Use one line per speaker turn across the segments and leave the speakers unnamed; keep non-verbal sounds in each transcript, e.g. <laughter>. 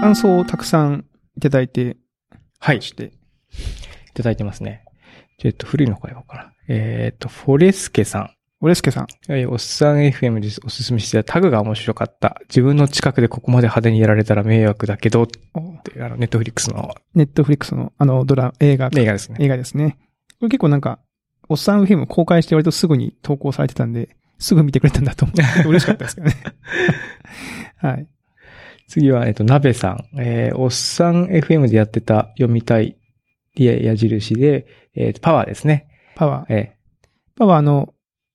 感想をたくさんいただいて
はい。
し
い
て、
ただいてますね。ちょっと古いのからようかな。えっ、と、フォレスケさん。
オレスケさん、
えーおっさん FM です。おすすめしてたタグが面白かった。自分の近くでここまで派手にやられたら迷惑だけど、って、あの、ネットフリックスの
ネットフリックスのあのドラ、映画、
映画ですね。
映画ですね。これ結構なんか、おっさんウィム公開して割とすぐに投稿されてたんで、すぐ見てくれたんだと思っ
<laughs>
て嬉しかったですけどね。はい。
次は、えっと、鍋さん。えーおっさん FM でやってた読みたい、いや、矢印で、えーパワーですね。
パワー。
え
パワーあの、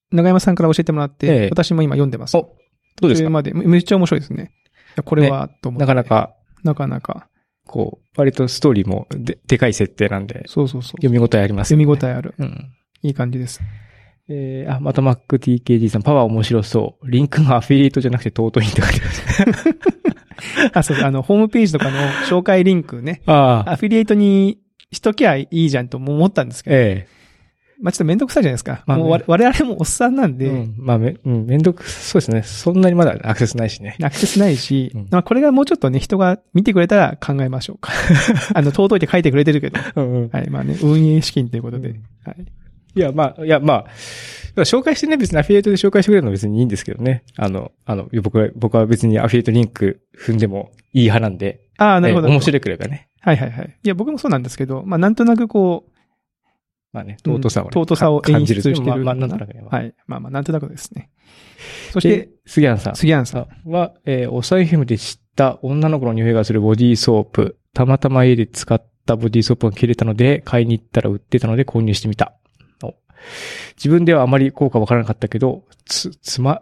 長山さんから教えてもらって、
ええ
私も今読んでます。
おどうです
それ
か
まで、めめっちゃ面白いですね。いやこれは、と思って。
なかな。か、
なかなか。
こう、割とストーリーもで、でかい設定なんで、
そうそうそう。
読み応えあります、
読み応え
え。
ある。
うん。
いい感じです。
えーあ、また MacTKG さん、パワー面白そう。リンクがアフィリエイトじゃなくて尊いって書いてます。
あ、そう、あの、ホームページとかの紹介リンクね、 <laughs>
ああ、
アフィリエイトにしときゃいいじゃんとも思ったんですけど、
ええ
まあちょっとめんどくさいじゃないですか。
まあね
もう我我々もおっさんなんで、
うん、まあめ、うん、めんどくさそうですね。そんなにまだアクセスないし
<laughs>
ね。
アクセスないし、
うん
まあこれがもうちょっとね、人が見てくれたら考えましょう
<laughs>
か。あの、尊いって書いてくれてるけど。
うんうん。
はい、まあね、運営資金ということで。
うん
はい。
いや、まあ、いや、まあ、紹介してね、別にアフィリエイトで紹介してくれるのは別にいいんですけどね。あの、あの、僕は、僕は別にアフィリエイトリンク踏んでもいい派なんで。
ああ、なるほど。
ええ面白いくればね。
はいはいはい。いや、僕もそうなんですけど、まあなんとなくこう、
まあね、
うん
尊さをね、
尊さを
感じ
演出してる
まあ、まあ、なんとなくね。い。
はい。まあまあなんとなくですね。そ
そ
し
して
て、、
杉原さん。
杉原さん。
さんは、えー、おさいフムで知った女の子の匂いがするボディーソープ。たまたま家で使ったボディーソープが切れたので、買いに行ったら売ってたので購入してみた。お自分ではあまり効果わからなかったけど、つ、つま、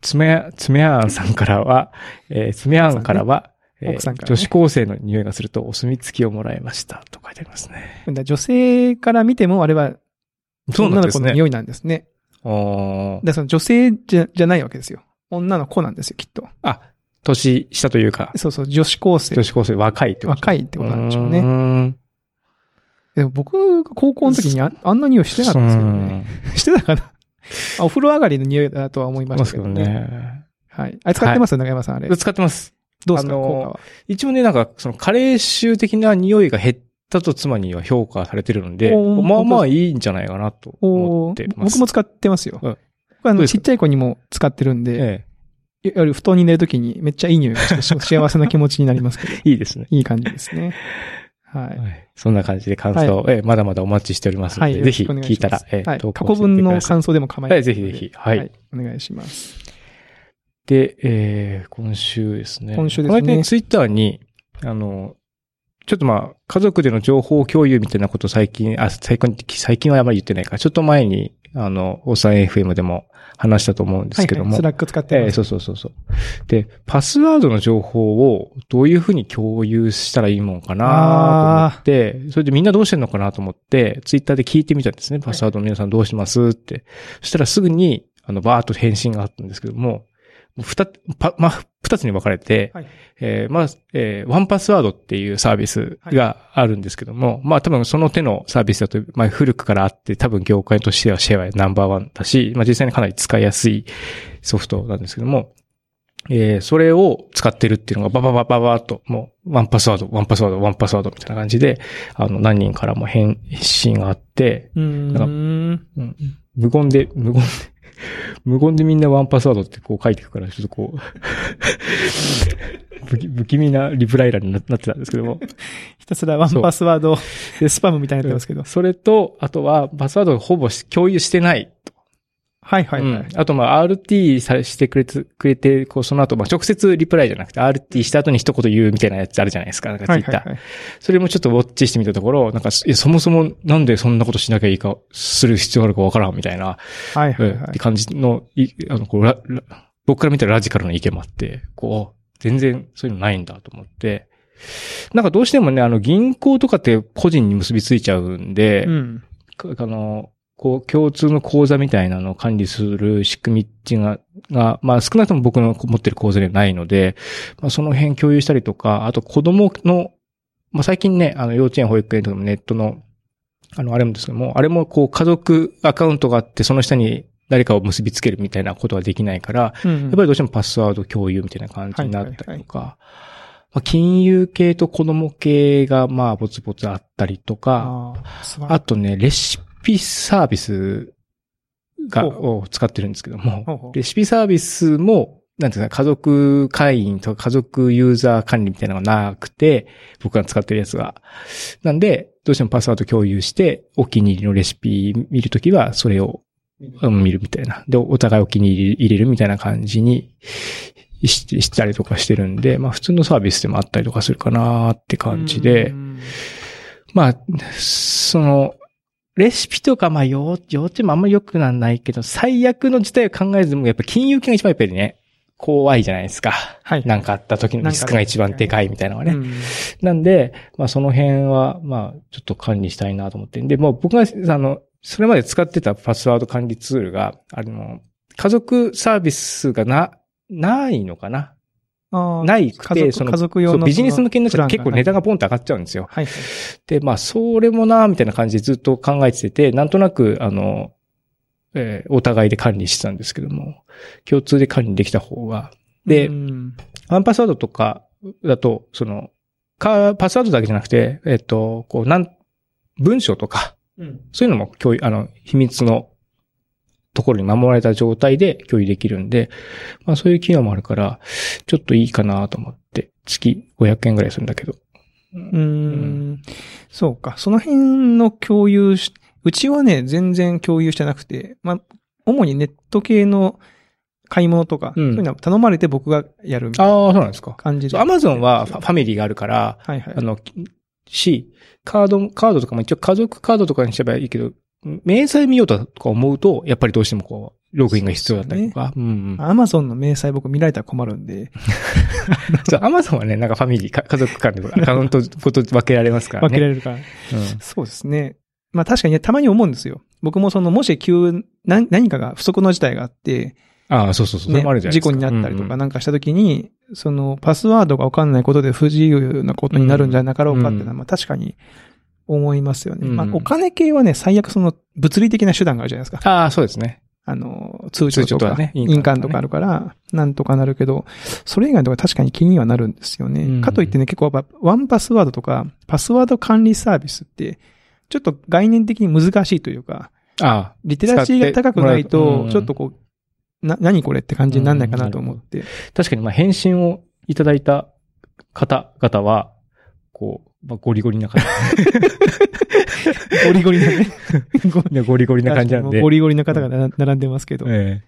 つめや、つめやあんさんからは、えー、つめやあんからは、
ね奥さんからね
女子高生の匂いがするとお墨付きをもらいました。と書いてありますね。
だから女性から見ても、あれは女の子の
い。
匂いなんですね。
あ
だからその女性じゃじゃないわけですよ。女の子なんですよ、きっと。
あ、年下というか、
そうそう、女子高生
女。子高生若いってこと
若いってことなんでしょうね。
ね。
でも僕、高校の時にああんな匂いしてなかったですけどね。してたかな <laughs> あお風呂上がりの匂いだとは思い
ま
ました
す
け
け
ど
ど
ね。
ね。
はい。あれ使ってますよ、長山さん、あれ。
使ってます。
どうですか、
あのー
効果は。
一応ね、なんか、その、加齢臭的な匂いが減ったと妻には評価されてるので、
おー
まあまあいいんじゃないかなと思
お
って
ー
ます。
僕も使ってますよ。
うん
僕あ
どう
の
です
ちっ
か
ちゃい子にも使ってるんで、い
え
わゆる布団に寝るときにめっちゃいい匂いが <laughs> してし幸せな気持ちになりますけど、 <laughs>
え、いいですね。
いい感じですね。はい。
はいそんな感じで感想を、ええまだまだお待ちしておりますの
は
で、
い。
ぜひ
よろしくお願
聞い
したま
ら
す、
ええ
はい、
投
過去
稿してみ
分
てく
の
ださい。
感想でも構い
は
ま
い、
せ
ぜ
ん
ひ
ので。
ぜひ。はい。
お願いします。
で、えー、今週ですね。
今週ですね
この間ツイッターに、あの、ちょっとまあ、家族での情報共有みたいなこと最近、あ、最近、最近はあまり言ってないか、ちょっと前に、あの、オーサン FM でも話したと思うんですけど
はいはい、
も
ス。ラック使って
え
ま
ー
す。
そうそうそうそう。で、パスワードの情報をどういうふうに共有したらいいもんかなと思って、それでみんなどうしてんのかなと思って、ツイッターで聞いてみたんですね。パスワードの皆さんどうしますって。そしたらすぐに、あの、バーッと返信があったんですけども、もう二つ、パ、まあ、二つに分かれて、
はい
えーまあ、えーワンパスワードっていうサービスがあるんですけども、まあ多分その手のサービスだと、まあ古くからあって、多分業界としてはシェアはナンバーワンだし、まあ実際にかなり使いやすいソフトなんですけども、えーそれを使ってるっていうのがバババババーっと、もう、ワンパスワード、ワンパスワード、ワンパスワードみたいな感じで、あの、何人からも返信があって、
うーん。
うん無言で、無言で、 <laughs> 無言でみんなワンパスワードってこう書いていくから、ちょっと
<laughs>
こう、不気不気味なリプライラーにななってたんですけども。
ひたすらワンパスワード、でスパムみたいになってますけど。
それと、あとは、パスワードをほぼし共有してない。
はいはいはい。
うんあと、まあ、RT さしてくれて、くれて、こう、その後、まあ、直接リプライじゃなくて、RT した後に一言言うみたいなやつあるじゃないですか、なんかツ
は
イ
い
ッ
は
ター。
いはい。
それもちょっとウォッチしてみたところ、なんか、いやそもそもなんでそんなことしなきゃいいか、する必要あるかわからんみたいな、
はいはい
うんっ
は
て
い。
感じの、いあのこうララ僕から見たらラジカルな意見もあって、こう、全然そういうのないんだと思って、なんかどうしてもね、あの、銀行とかって個人に結びついちゃうんで、
うん。
かあの、こう、共通の口座みたいなのを管理する仕組みっていうのが、がまあ少なくとも僕の持ってる口座ではないので、まあその辺共有したりとか、あと子供の、まあ最近ね、あの幼稚園、保育園とかもネットの、あの、あれもですけども、あれもこう家族アカウントがあって、その下に誰かを結びつけるみたいなことはできないから、
うん
やっぱりどうしてもパスワード共有みたいな感じになったりとか、まあ、金融系と子供系がまあぼつぼつあったりとか、
あ、素晴ら
あ
しい。
とね、レシピサービスが、
ほう
を使ってるんですけど
ほう
も
ほ、う
レシピサービスも、なんていうか、家族会員とか家族ユーザー管理みたいなのがなくて、僕が使ってるやつが。なんで、どうしてもパスワード共有して、お気に入りのレシピ見るときは、それをうん見るみたいな。で、お互いお気に入り入れるみたいな感じにししたりとかしてるんで、まあ普通のサービスでもあったりとかするかなって感じで、
うん
まあ、その、レシピとか、まあ、幼幼稚園もあんまり良くなんないけど、最悪の事態を考えずも、やっぱ金融系が一番やっぱりね、怖いじゃないですか。
はい。
なんかあった時のリスクが一番でかいみたいなのはね。
うん
なんで、まあその辺は、まあちょっと管理したいなと思って。で、もう僕が、あの、それまで使ってたパスワード管理ツールが、あの、家族サービスがな、ないのかな
ああ
ないく
家
て、
族
その
家族用の
そうビジネス向けになっちゃって
プランが
結構値段がポンと上がっちゃうんですよ。
はい。
で、まあ、それもな、みたいな感じでずっと考えてて、なんとなく、あの、えーお互いで管理してたんですけども、共通で管理できた方が。で
うん
ワンパスワードとかだと、その、か、パスワードだけじゃなくて、えっ、と、こう、なん、文章とか、そういうのも共有、あの、秘密のところに守られた状態で共有できるんで、まあそういう機能もあるから、ちょっといいかなと思って、月500円ぐらいするんだけど。
うーん。そうか。その辺の共有し、うちはね、全然共有してなくて、まあ、主にネット系の買い物とか、
うん
そういうのは頼まれて僕がやるみたいな
ああ、そうなんですか。
感じで。
アマゾンはファファミリーがあるから、
はいはい
あ。の、きし、カード、カードとかも一応家族カードとかにすればいいけど、明細見ようとか思うと、やっぱりどうしてもこう、ログインが必要だったりとか。うんうん。 <laughs>
アマゾンの明細僕見られたら困るんで、
そう、アマゾンはね、なんかファミリー、か家族間でアカウントごと分けられますからね。
分けられるから。そうですね。まあ確かにね、たまに思うんですよ。僕もその、もし急、何何かが不測の事態があって、
うん。ああ、そうそうそう。それ
ね
もあるじゃない
事
ですか。
故になったりと
うんう
か
ん
なんかしたときに、その、パスワードがわかんないことで不自由なことになるんじゃなかろうかっていうの
う
は、まあ確かに思いますよね。
うん
まあお金系はね、最悪その、物理的な手段があるじゃないですか。
ああ、そうですね。
あの、通帳と
通帳と
か
かね、
印鑑と
印鑑と
か
か
あ
あ
るから、なんとかなるけど、それ以外のところ確かに気にはなるんですよ
う
ね。
ん
かといってね、結構やっぱ、ワンパスワードとか、パスワード管理サービスって、ちょっと概念的に難しいというか、
ああ。
リテラシーが高くない
使ってもらう
と
う、ん
ちょっとこう、な、何これって感じになんないかなと思って。
確かに、まあ、返信をいただいた方々は、こう、まあ、ゴリゴリな感
<laughs> ゴリゴリな <laughs> ね。
じ。ゴリゴリな感じなんで。
ゴリゴリの方がな並んでますけど。
え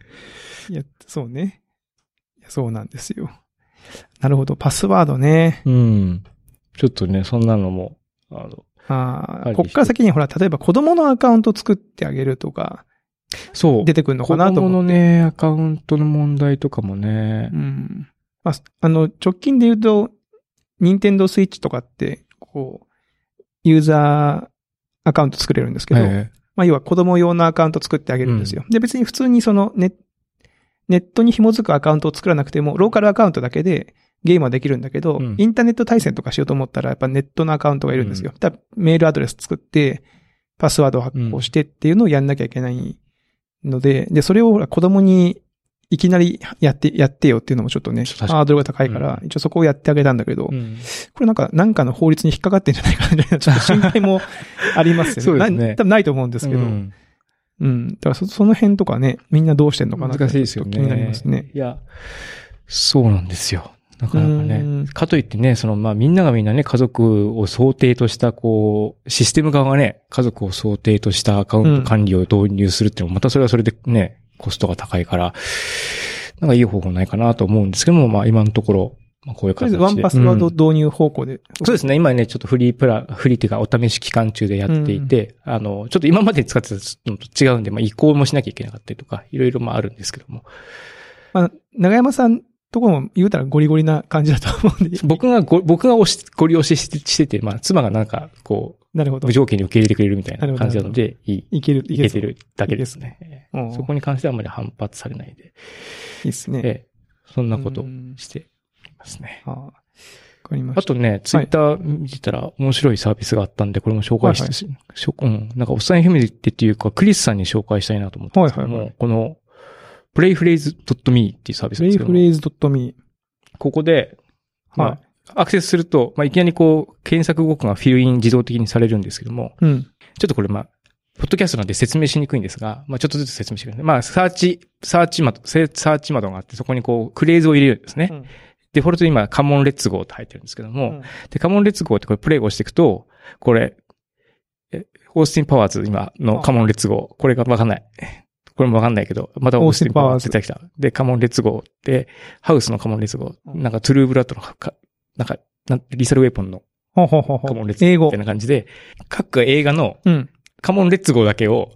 え
いや、そうね。いやそうなんですよ。なるほど。パスワードね。
うん。ちょっとね、そんなのも、あの、
あ
は
あ、
い
こっから先にほら、例えば子供のアカウント作ってあげるとか、
そう。
出てくるのかなと
子供
思
の
う。
ね、アカウントの問題とかもね
う。ん。まあ、あの、直近で言うと、任天堂スイッチとかって、こう、ユーザーアカウント作れるんですけど、
え
まあ、要は子供用のアカウント作ってあげるんですよ。で、別に普通にそのネネットに紐づくアカウントを作らなくても、ローカルアカウントだけでゲームはできるんだけど、
うん
インターネット対戦とかしようと思ったら、やっぱネットのアカウントがいるんですよ。だからメールアドレス作って、パスワードを発行してっていうのをやんなきゃいけないので、で、それをほら子供にいきなりやって、やってよっていうのもちょっとね、
そう確かに
ハードルが高いから、一応そこをやってあげたんだけど、
うん
これなんか、なんかの法律に引っかかってんじゃないかな、みたいな、ちょっと心配もありますよね。
<laughs> そうですね
な多分ないと思うんですけど。
うん
うん。だからそ、その辺とかね、みんなどうしてんのかな
難しいですよね。
ちょっと気になりますね。。
いや、そうなんですよ。なかなか
う
ね
ん。
かといってね、その、まあ、みんながみんなね、家族を想定とした、こう、システム側がね、家族を想定としたアカウント管理を導入するっていうのも、またそれはそれでね、コストが高いから、なんかいい方法ないかなと思うんですけども、まあ、今のところ、まあ、こういう
とりあえ
形で。
ずワンパスワード
うん
導入方向で。
そうですね。今ね、ちょっとフリープラン、フリーっていうかお試し期間中でやっていて、あの、ちょっと今まで使ってたのと違うんで、まあ移行もしなきゃいけなかったりとか、いろいろまああるんですけども。
まあ、長山さんとこも言うたらゴリゴリな感じだと思うんで。
僕がご、僕が押し、ご利用ししてしてて、まあ妻が <laughs> なんか、こう、
なるほど
無。条件に受け入れてくれるみたいな感じなので、いい、
いける、い
い
け
け
そ
て
う
るだけですね。
うん
そこに関してはあんまり反発されないで、
いいっす
え
ね。
えそんなこと
う
を
ん
してますね。
ああわかりま
あ
した。
とね、ツイッター見てたら面白いサービスがあったんで、これも紹介して、
はいはい
ししょうん、なんかおっさんフミリってっていうか、クリスさんに紹介したいなと思って、
はいはいはい。
この、プレイフレーズ .me っていうサービス
プ
な
レ
んで
イ
すけど
フ
も
レーズ .me。
ここで、まあ
はい
アクセスすると、まあ、いきなりこう、検索語句がフィルイン自動的にされるんですけども、
うん。
ちょっとこれまあ、ポッドキャストなんで説明しにくいんですが、まあ、ちょっとずつ説明してください。まあ、サーチ、サーチ窓、せサーチ窓があって、そこにこう、クレーズを入れるんですね。
うん
デフォルトに今、カモンレッツゴーって入ってるんですけども、で、カモンレッツゴーってこれプレイをしていくと、これ、え、オースティン・パワーズ今のカモンレッツゴー、これがわかんない。これもわかんないけど、またオースティン・パワーズ出てきた。で、カモンレッツゴーで、ハウスのカモンレッツゴー、
うん
なんかトゥルーブラッドのか、なんか、なんリーサルウェポンの
ほうほうほうほう
カモンレッツゴー
英
み
語
たい。な感じで、各映画の
うん。
カモンレッツゴーだけを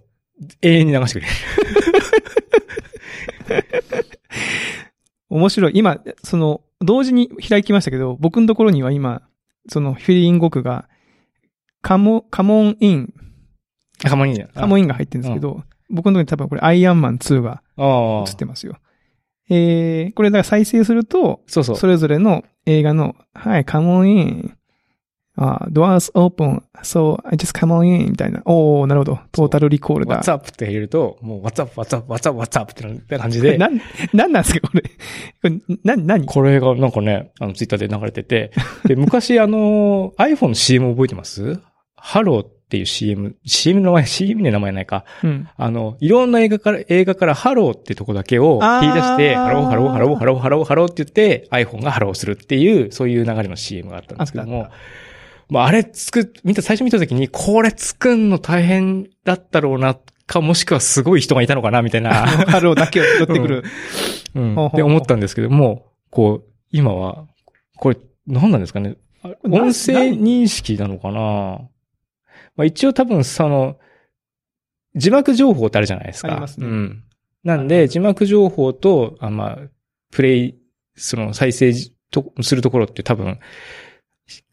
永遠に流してくれる。
面白い。今、その、同時に開きましたけど、僕のところには今、そのフィリイン語句が、カモ、カモンイン、
カモンに。
カモ
ン。
ンインが入ってるんですけど、僕のところに多分これアイアンマン2が
ああ
映っ。てますよ。えー、これだから再生すると、
そうそう。
それぞれの映画の、はい、カモンイン、あ、doors open, so I just come on in みたいな。おー、なるほど。トータルリコールだ。
What's up って入れると、もう What's up, What's up, What's up, What's up ってな感じ
これ
で。
なん、なんなんですか、これ。これ、な、なに
これがなんかね、あの、ツイッターで流れてて、
<laughs>
で、昔あの、iPhone の CM 覚えてますハローっていう CM、CM の名前、CM の名前ないか。
うん。
あの、いろんな映画から、映画からハローってとこだけを
あー
切り出して、ハロー、ハロー、ハロー、ハロー、ハロー、ハローって言って、iPhone がハローするっていう、そういう流れの CM があったんですけど
あっ
も、まあ、あれ作っ、見た、最初見た時に、これ作んの大変だったろうな、か、もしくはすごい人がいたのかな、みたいな。
<laughs> ハローだけを拾ってくる。
うん。
ほうほうほう
って思ったんですけども、こう、今は、これ、何なんですかね。あ
れな
音声認識なのかなまあ一応多分その、字幕情報ってあるじゃないですか。
ありますね
うん。なんで、字幕情報と、あまあ、プレイ、その再生じとするところって多分、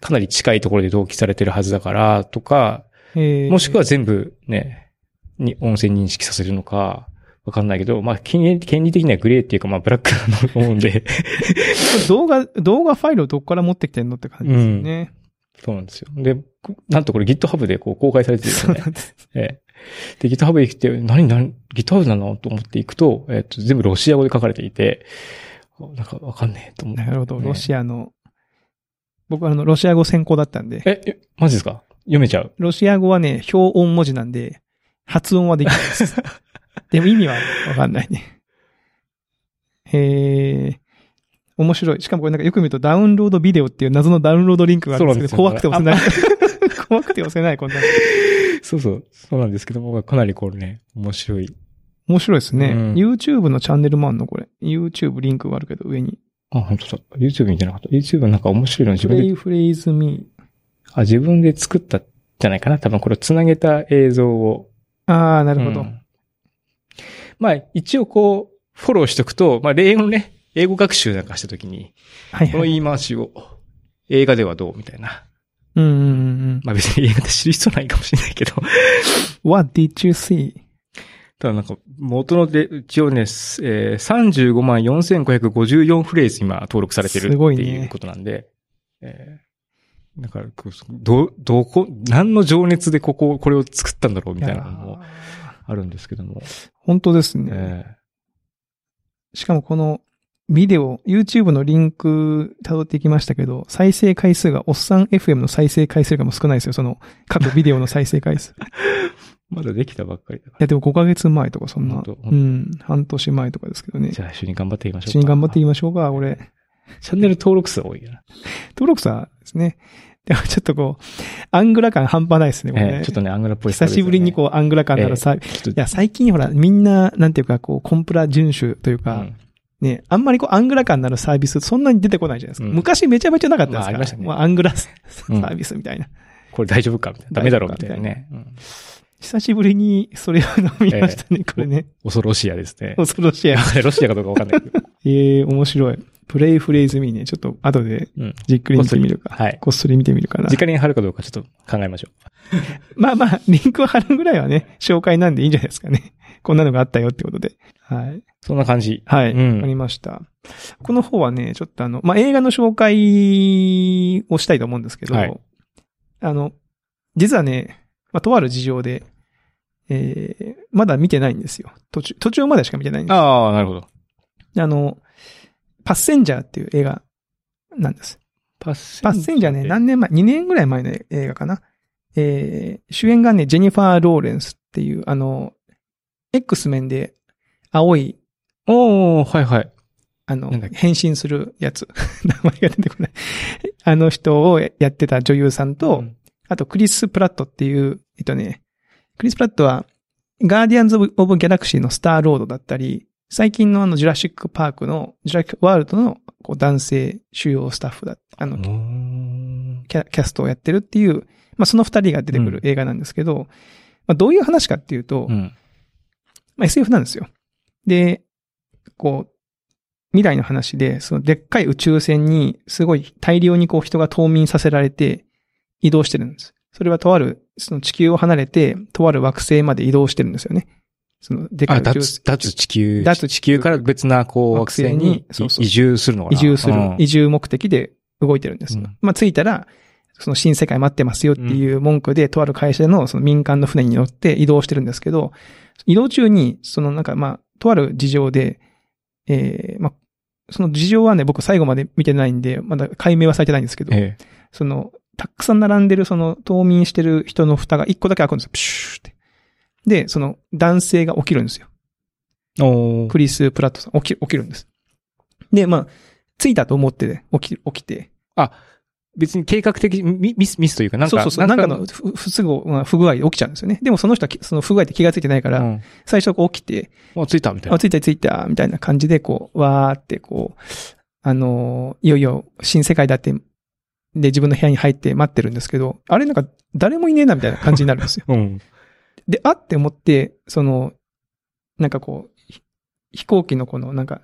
かなり近いところで同期されてるはずだから、とか、
えー
もしくは全部ね、に音声認識させるのか、わかんないけど、まあ、権利権利的にはグレーっていうか、まあ、ブラックだと思う
<laughs>
んで、
動画、動画ファイルをどこから持ってきてんのって感じですよね。
そうなんですよ。で、なんとこれ GitHub でこう公開されてるんです
そう
よ
な
ね。
んです。
ええで、GitHub 行って、何、何、GitHub なのと思っていくと、えっ、と、全部ロシア語で書かれていて、なんかわかんねえと思って
な。るほど。
ね
ロシアの、僕あの、ロシア語専攻だったんで、
え、えマジですか読めちゃう <laughs>
ロシア語はね、表音文字なんで、発音はできないです。
<laughs>
でも意味はわかんないね。へえ、面白い。しかもこれなんかよく見るとダウンロードビデオっていう謎のダウンロードリンクがあるんですけど、
そうなん
怖
で
く
す
て
よ
押せない。 <laughs> 怖くて押せない、こんなの。
そうそう。そうなんですけども、かなりこれね、面白い。
面白いですね。
うん
YouTube のチャンネルもあんのこれ。YouTube リンクがあるけど、上に。
あ、本当だ。YouTube 見てなかった。YouTube なんか面白いの自分で
Play Phrase Me。
あ、自分で作ったんじゃないかな。多分これを繋げた映像を。
あー、なるほど。
うんまあ、一応こう、フォローしとくと、まあ、例のね、英語学習なんかしたときに、
はい
この
はい。
言い回しを、映画ではどうみたいな。
うんうんうん
まあ別に映画って知る必要ないかもしれないけど。 <laughs>
うん。What did you see?
ただなんか、元ので、一応ね、えー、35万4554フレーズ今登録されてる
すごい
って
ね
いうことなんで、えー、だからこう、ど、どこ、何の情熱でここ、これを作ったんだろうみたいなのもあるんですけども。
本当ですね。
ええ
しかもこのビデオ、YouTube のリンク辿っていきましたけど、再生回数がおっさん FM の再生回数がもう少ないですよ。その各ビデオの再生
<laughs>
回数。い
まだできたばっかりだか
やでも5ヶ月前とかそんな
本、当
うん、半年前とかですけどね
ら。。じゃあ一緒に頑張っていきましょう
一緒に頑張ってい
い
きましょうか。俺、
チャンネル登録数多いよな。
登録者ですね。でもちょっとこう、アングラ感半端ないですね。これ
え
ね
えちょっとね、アングラっぽい、
久しぶりにこう、アングラ感ならさ、
う、ちょっ
いや、最近ほら、みんな、なんていうか、こう、コンプラ遵守という
と、う
か、
ん
ね、あんまりこう、アングラ感のあるサービス、そんなに出てこないじゃないですか。
うん
昔めちゃめちゃなかったですから、
まあありましたね
アングラサ
うん
ービスみたいな。
これ大丈夫かみたいな。ダメだろうみたいなね。うん
久しぶりにそれを飲みましたね、これね。
恐ろしいやですね。
恐ろしい。え
<laughs> ロシアかどうかわかんないけど。
え面白い。プレイフレーズミーね、ちょっと後で
うん。
じっくり見てみるか。
はい。
こっそり見てみるかな
直。に貼るかどうかちょっと考えましょ
まあまあ、リンクを貼るぐらいはね、紹介なんでいいんじゃないですかね。こんなのがあったよってことで。はい。
う。そんな感じ。
はい。
うん
わかりました。この方はね、ちょっとあの、まあ、映画の紹介をしたいと思うんですけど、
はい
あの、実はね、まあ、とある事情で、えー、まだ見てないんですよ。途中、途中までしか見てないんで
ああ、なるほど。
す。あの、パッセンジャーっていう映画なんです。
パッセン
パッセンジャーね、何年前、2年ぐらい前の映画かな。えー、主演がね、ジェニファー・ローレンスっていう、あの、X 面で青い、
おー、はいはい。
あの
なんだっ、け
変身するやつ。 <laughs> 名前が出てこない。あの人をやってた女優さんと、
うん
あとクリス・プラットっていう、えっとね、クリス・プラットは、ガーディアンズ・オブ・ギャラクシーのスター・ロードだったり、最近のあの、ジュラシック・パークの、ジュラシック・ワールドのこう男性主要スタッフだ、あの、キャキャストをやってるっていう、まあ、その二人が出てくる映画なんですけど、まあ、どういう話かっていうと、
うん。
まあ、SF なんですよ。で、こう、未来の話で、そのでっかい宇宙船にすごい大量にこう人が冬眠させられて移動してるんです。それはとある、その地球を離れて、とある惑星まで移動してるんですよね。そのでっかい
あ、
宇宙
脱、脱地球。
脱
地球から別な、こう、惑
惑星
星に
にそうそう
移住するのか
移
な
住する
う、ん
移住目的で動いてるんですよ。
うん
まあ、着いたら、その新世界待ってますよっていう文句で、とある会社のその民間の船に乗って移動してるんですけど、移動中に、そのなんかまあ、とある事情で、えー、まあ、その事情はね、僕最後まで見てないんで、まだ解明はされてないんですけど、
ええ。
その、たくさん並んでる、その、冬眠してる人の蓋が一個だけ開くんですよ。プシューって。で、その、男性が起きるんですよ。
おー
クリス・プラットさん、起き、起きるんです。で、まあ、着いたと思ってね、起き、起きて。
別に計画的、ミミス、ミスというか、なん
そう
か、
そうそう、なんかの、ふ、ふすぐ、まあ不具合で起きちゃうんですよね。でもその人はき、その不具合って気がついてないから、
うん
最初こう起きて、
あ、着いたみたい
あ、
な。
着いた着いた、みたいな感じで、こう、わーって、こう、あのーいよいよ、新世界だって、で、自分の部屋に入って待ってるんですけど、あれなんか、誰もいねえな、みたいな感じになるんですよ。
うん。
で、あって思って、その、なんかこう、ひ飛行機のこの、なんか、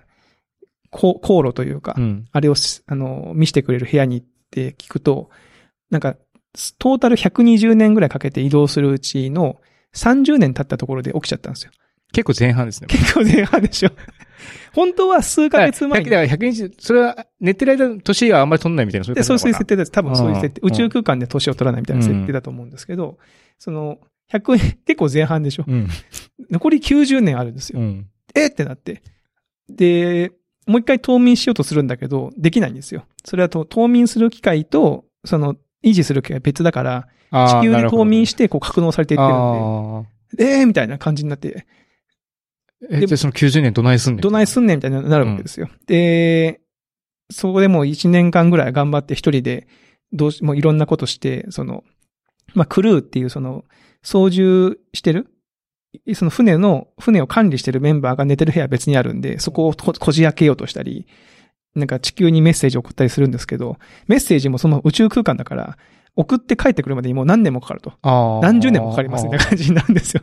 こう航路というか、
うん。
あれをし、あの、見せてくれる部屋に行って聞くと、なんか、トータル120年ぐらいかけて移動するうちの30年経ったところで起きちゃったんですよ。 <laughs>
結構前半ですね。
結構前半でしょ。 <laughs> 本当は数ヶ月前
だ
に。
から100日、それは寝てる間の年があんまり取んないみたいな、そういう
でそう
感
そういう設
じ
定です。多分そういう設定。
うん
宇宙空間で年を取らないみたいな設定だと思うんですけど、その、100、結 <laughs> 構前半でしょ。
なのか
残り90年あるんですよ。
なうん。うん。
えーってなって。で、もう一回冬眠しようとするんだけど、できないんですよ。それはと冬眠する機械と、その、維持する機械は別だから、
あー
地球で冬眠してて、こう、格納されていってるんで、えーみたいな感じになって、
え、じゃあその90年どないすんねん
どないすんねんみたいになるわけですよ。で、そこでもう1年間ぐらい頑張って一人で、どうし、もういろんなことして、その、まあ、クルーっていうその、操縦してるその船の、船を管理してるメンバーが寝てる部屋は別にあるんで、そこをここじ開けようとしたり、なんか地球にメッセージを送ったりするんですけど、メッセージもその宇宙空間だから、送って帰ってくるまでにもう何年もかかると。
あー
何十年もかかりますみたいな感じになるんですよ。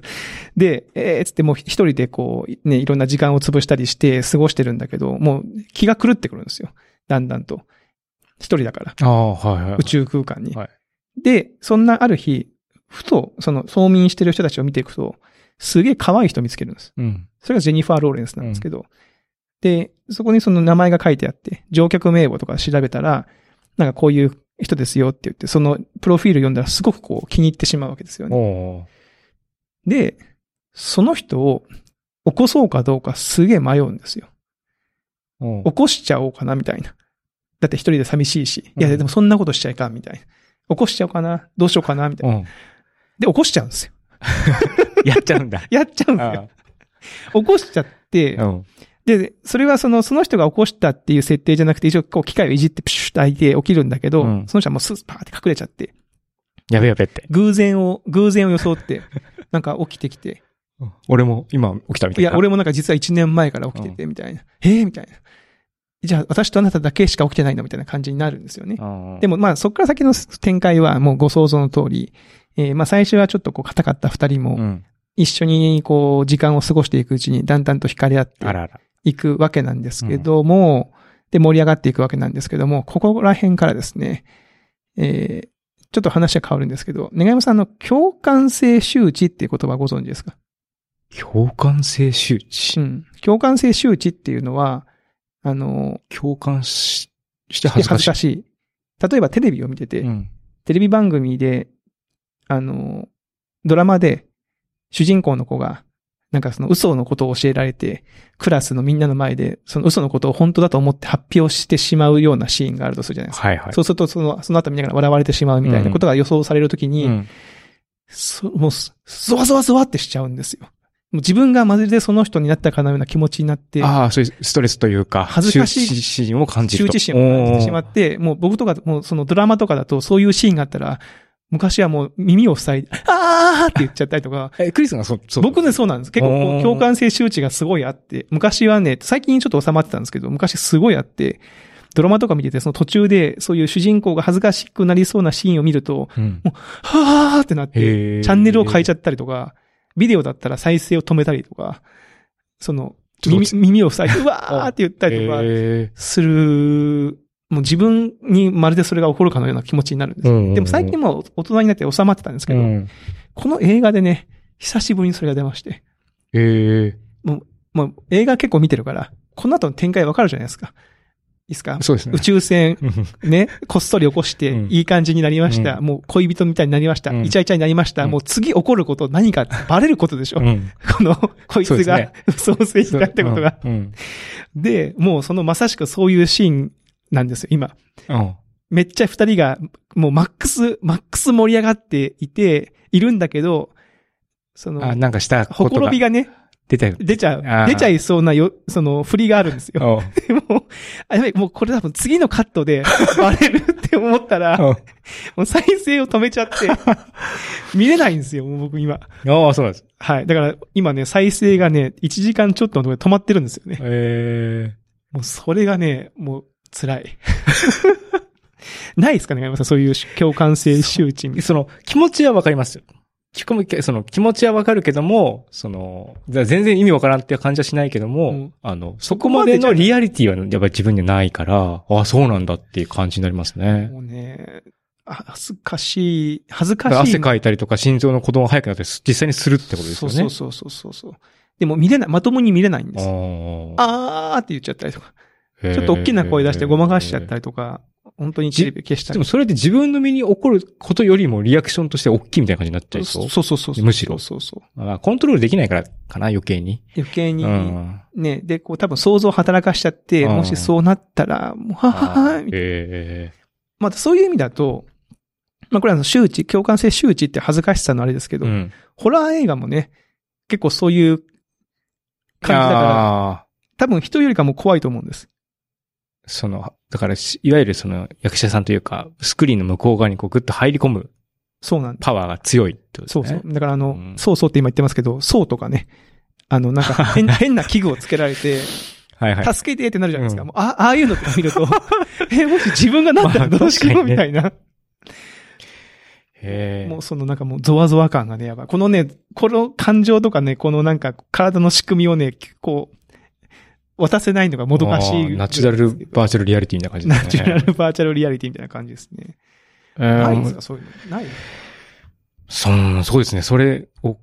で、えー、つってもう一人でこう、ね、いろんな時間を潰したりして過ごしてるんだけど、もう気が狂ってくるんですよ。だんだんと。一人だから。
ああ、はいはい。
宇宙空間に。
はい
で、そんなある日、ふと、その、冬眠してる人たちを見ていくと、すげえ可愛い人見つけるんです。
うん。
それがジェニファー・ローレンスなんですけど、で、そこにその名前が書いてあって、乗客名簿とか調べたら、なんかこういう人ですよって言って、そのプロフィール読んだらすごくこう気に入ってしまうわけですよね。
おー
で、その人を起こそうかどうかすげえ迷うんですよ。
おー
起こしちゃおうかなみたいな。だって一人で寂しいし。いや、
うん
でもそんなことしちゃいかんみたいな。起こしちゃおうかなどうしようかなみたいな。
うん。
で、起こしちゃうんですよ。。
やっちゃうんだ
やっちゃうんですよ。起こしちゃって、
うん。
で、それはその、その人が起こしたっていう設定じゃなくて、一応こう機械をいじってプシュッと開いて起きるんだけど、
うん
その人はもうスーパーって隠れちゃって、
やべやべって。
偶然を、偶然を装
<laughs>
って、なんか起きてきて、
俺も今起きたみた
い
いな。
や、俺もなんか実は1年前から起きてて、みたいな。えーみたいな。じゃあ、私とあなただけしか起きてないのみたいな感じになるんですよね。
も
でも、まあ、そこから先の展開はもうご想像の通り、えーまあ、最初はちょっとこう、硬かった二人
う
も、
ん。
一緒にこう、時間を過ごしていくうちに、だんだんと惹かれ合って
あらあら。
いくわけなんですけども、で、盛り上がっていくわけなんですけども、ここら辺からですね、えーちょっと話は変わるんですけど、願山さんの共感性周知っていう言葉ご存知ですか
共感性周知
う。ん。共感性周知っていうのは、あの、
共感しして恥
恥
ずか
ず
しい
か。しい。例えばテレビを見てて、
うん。
テレビ番組で、あの、ドラマで主人公の子がなんかその嘘のことを教えられて、クラスのみんなの前で、その嘘のことを本当だと思って発表してしまうようなシーンがあるとするじゃないですか。
はいはい。
そうすると、その、その後見ながら笑われてしまうみたいなことが予想されるときに、そもう、ゾワゾワゾワってしちゃうんですよ。もう自分がまるでその人になったかのような気持ちになって、
ああ、そういうストレスというか、
恥ずかしい
羞恥心を感じる
羞
と。
恥心を感じてしま
っ
って、もう僕とか、もうそのドラマとかだとそういうシーンがあったら、昔はもう耳を塞いで、 <laughs> あーって言っちゃったりとか、
た。え、クリスがそう、そう。
僕ね、そうなんです。結構こ
おー
う共感性周知がすごいあって、昔はね、最近ちょっと収まってたんですけど、昔すごいあって、ドラマとか見てて、その途中で、そういう主人公が恥ずかしくなりそうなシーンを見ると、
うん、
はーってなって、
へ
チャンネルを変えち
ゃ
ゃったりとか、ビデオだったら再生を止めたりとか、その、
ちょっと
耳
落ち
耳を塞
<laughs>
いで、うわーって言ったりとか、
へ
する、もう自分にまるでそれが起こるかのような気持ちになるんですよ。
ー
でも最近、もう大人になって収まってたんですけ
う
ど、
んうん
この映画でね、久しぶりにそれが出まして、
へえ。
もう映画結構見てるから、この後の展開わかるじゃないですか。いいですか
そうですね
宇。宙船、ね、こっそり起こして
うん、
いい感じになりました、
う
もう恋人みたいになりました。
うん
イチャイチャになりました。
うん
もう次起こること何かバレることでしょ。
うん。
<laughs> この、こい
そうで
つ
すね
が <laughs> 嘘をついたってことが。
うん。
で、もうそのまさしくそういうシーンなんですよ、今。
うん。
めっちゃ二人が、もうマックス、マックス盛り上がっていて、いるんだけど、そ
あ、
の、
なんかした
ほ
こ
ことろ
が
びがね、
出たよ。
出ちゃ
あー
う。出ちゃいそうなよ、その、振りがあるんですよ。
おう
でもう、あ、やべえ、もうこれ多分次のカット
<laughs>
でバレるって思ったら、も
おう
う再生を止めちゃって、
<laughs>
見れないんですよ、もう僕今。
ああ、そうなんです。
はい。だから今ね、再生がね、1時間ちょっとのところで止まってるんですよね。
え
もうそれがね、もう辛い。 <laughs> ないですかね、山田さん、そういう共感性周知みたいな
え。その、気持ちはわかりますよ。聞くも、その、気持ちはわかるけども、その、だ全然意味わからんっていう感じはしないけども、
うん
あの、そこまでのリアリティはやっぱり自分にはないから、ああ、そうなんだっていう感じになりますね。
もうね、あ恥ずかしい、恥ずかしい。
汗かいたりとか心臓の鼓動が速くなったり、実際にするってことですよね。
そうそうそうそうそう。でも見れない、まともに見れないんですよ。
あ
あーって言っちゃったりとか、
ー
ちょっと大きな声出してごまかしちゃった
へ
りとか、本当にテレビ消し
ー
た
で
り
もそれって自分の身に起こることよりもリアクションとして大きいみたいな感じになっちゃいそう。
そうそうそうそう。
むしろ
そうそうそう。
まあコントロールできないからかな、余計に。
余計に、
うん。
ね、で、こう多分想像を働かしちゃって、
うん
もしそうなったら、もうははは
あ
は
ー
みたいな
え
またそういう意味だと、まあこれはあの周知、共感性周知って恥ずかしさのあれですけ
ー
ど、
うん。
ホラー映画もね、結構そういう感じだから、
あー
多分人よりかも怖いと思うんです。
その、だからし、いわゆるその役者さんというか、スクリーンの向こう側にこうグッと入り込む
そうなんです。
パワーが強いってことです
そ
ね。
うそう。だからあの、
うん
そうそうって今言ってますけど、そうとかね。あの、なん
<laughs>
か変、変な器具をつけられて、
はいはい。
助けてってなるじゃないですか。
うん
もうあああいうのとか見ると、 <laughs> え、もし自分がなったらどうしよ
まあ
うみたいな。
へー
もうそのなんかもうゾワゾワ感がね、やばい。このね、この感情とかね、このなんか体の仕組みをね、結構、渡せないのがもどかし
あ
い。
ーナチュラルバーチャルリアリティみたいな感じですね。
ナチュラルバーチャルリアリティみたいな感じですね。
え
ない
ー
んですか、そういうの。ない
そんそうですね。それを、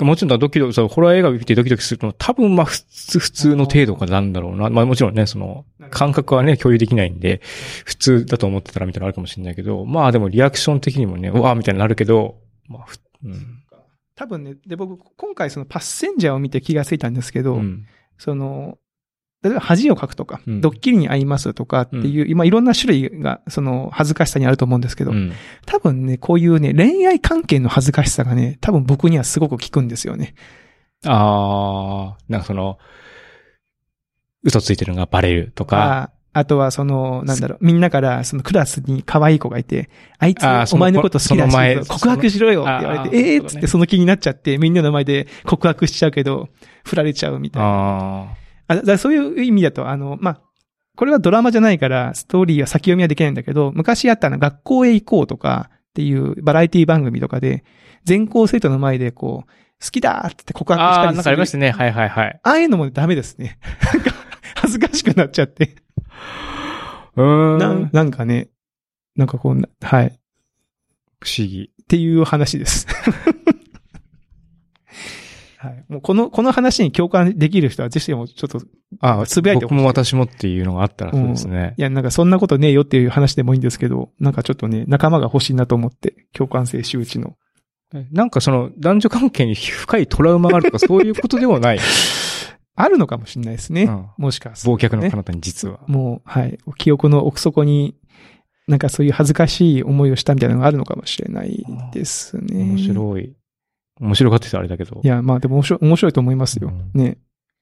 もちろんドキドキ、そうホラー映画を見てドキドキするのは多分まあ普通、普通の程度かなんだろうな。まあもちろんね、その
なんか
感覚はね、共有できないんで、普通だと思ってたらみたいなのあるかもしれないけど、まあでもリアクション的にもね、うわーみたいになるけど、まあ、ふうん。
多分ね、で、僕、今回そのパッセンジャーを見て気がついたんですけど、
うん
その、例えば恥をかくとか、
うん
ドッキリに合いますとかっていう、今いろんな種類が、その、恥ずかしさにあると思うんですけど、
うん
多分ね、こういうね、恋愛関係の恥ずかしさがね、多分僕にはすごく効くんですよね。
あー、なんかその、嘘ついてるのがバレるとか、
ああとはその、なんだろう、みんなから、そのクラスに可愛い子がいて、あいつ
あー、そ
お
の
前のこと好きだ
その前
し、告白しろよって言われ
そのあー
て、ええ
なるほ
ー、
どね
っつってその気になっちゃって、みんなの前で告白しちゃうけど、振られちゃうみたいな。
あ
あ、だからそういう意味だと、あの、まあ、これはドラマじゃないから、ストーリーは先読みはできないんだけど、昔あったの学校へ行こうとかっていうバラエティ番組とかで、全校生徒の前でこう、好きだーっつって告
ー、
白したりす
あー
る。
なんかありましたね。はいはいはい。
ああいうのもダメですね。 <laughs> なんか、恥ずかしくなっちゃって。
うーん。
なん
不
なんかね、なんかこんな、はい。っ
思議。
ていう話です。 <laughs> はい。もうこの、この話に共感できる人は、ぜひともちょっと、い
ああ、
つぶやいてほしい
僕も私もっていうのがあったらそうですね。
や、なんかそんなことねえよっていう話でもいいんですけど、なんかちょっとね、仲間が欲しいなと思って、共感性周知の
なんかその男女関係に深いトラウマがあ <laughs> るとかそういうことでもない。
あるのかもしれないですね。
うん
もしかする
忘
とね
却の彼方に実は。
もう、はい。記憶の奥底に、なんかそういう恥ずかしい思いをしたみたいなのがあるのかもしれないですね。
面
い。
白い。面白かった人あれだけど。
いや、まあでも面白い、面白いと思いますよ。
うん
ね。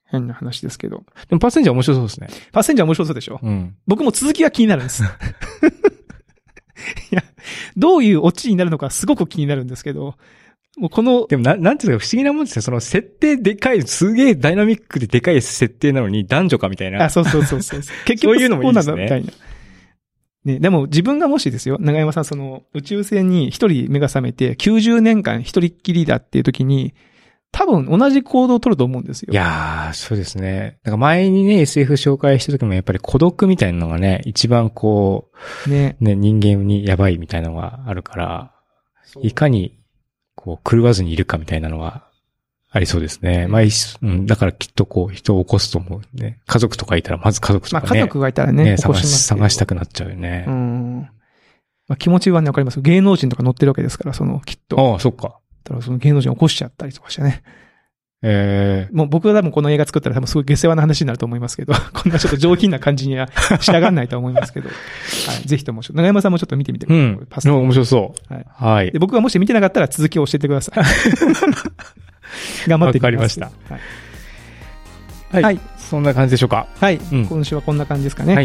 変な話ですけど。
でもパッセンジャー面白そうですね。
パッセンジャー面白そうでしょ
うん。
僕も続きが気になるん
<laughs>
です。いや、どういうオチになるのかすごく気になるんですけど、もうこの、
でもな、なんていうか不思議なもんですよ。その設定でかい、すげえダイナミックででかい設定なのに男女かみたいな。
あ、そうそうそうそう。 <laughs> 結
そう
局
いうのもいいです
そ
ね
うなんだみたいな。ね、でも自分がもしですよ、長山さん、その宇宙船に一人目が覚めて90年間一人っきりだっていう時に、多分同じ行動を取ると思うんですよ。
いやー、そうですね。なんか前にね、SF 紹介した時もやっぱり孤独みたいなのがね、一番こ
ね。
う、ね、人間にやばいみたいなのがあるから、いかに、こう、狂わずにいるかみたいなのは、ありそうですね。まあ、いっうん、だからきっとこう、人を起こすと思うね。家族とかいたら、まず家族と
まあ
かね。
家族がいたら
ね
ね、起こ
探
しま
し、
すけど
探したくなっちゃうよね
う。ん。まあ気持ちはね、わかりますよ。芸能人とか乗ってるわけですから、その、きっと。
ああ、そっか。
ただその芸能人起こしちゃったりとかしてね。
え
もう僕は多分この映画作ったら多分すごい下世話な話になると思いますけど、 <laughs> こんなちょっと上品な感じには仕上がらないと思いますけど、はい、ぜひともちょっと、長山さんもちょっと見てみて
え
ください。これパ
う
ス
ん。面白そう。
はい
はい
で。僕がもし見てなかったら続きを教えてくださ
<laughs>
い。頑張ってみ
わかりました
はい。
はい。
はい
そんな感じでしょうか。
はい
うん
今週はこんな感じですかね。
は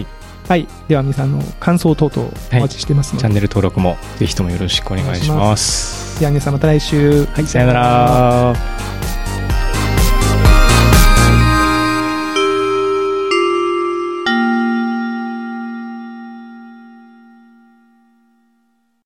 はいい。では皆さん、あの、感想等々お待ちしてますの
チ
で。
ャンネル登録も、ぜひともよろしくお願いし
お願いし
ます。
では皆さんまた来週。
はい、さよなら。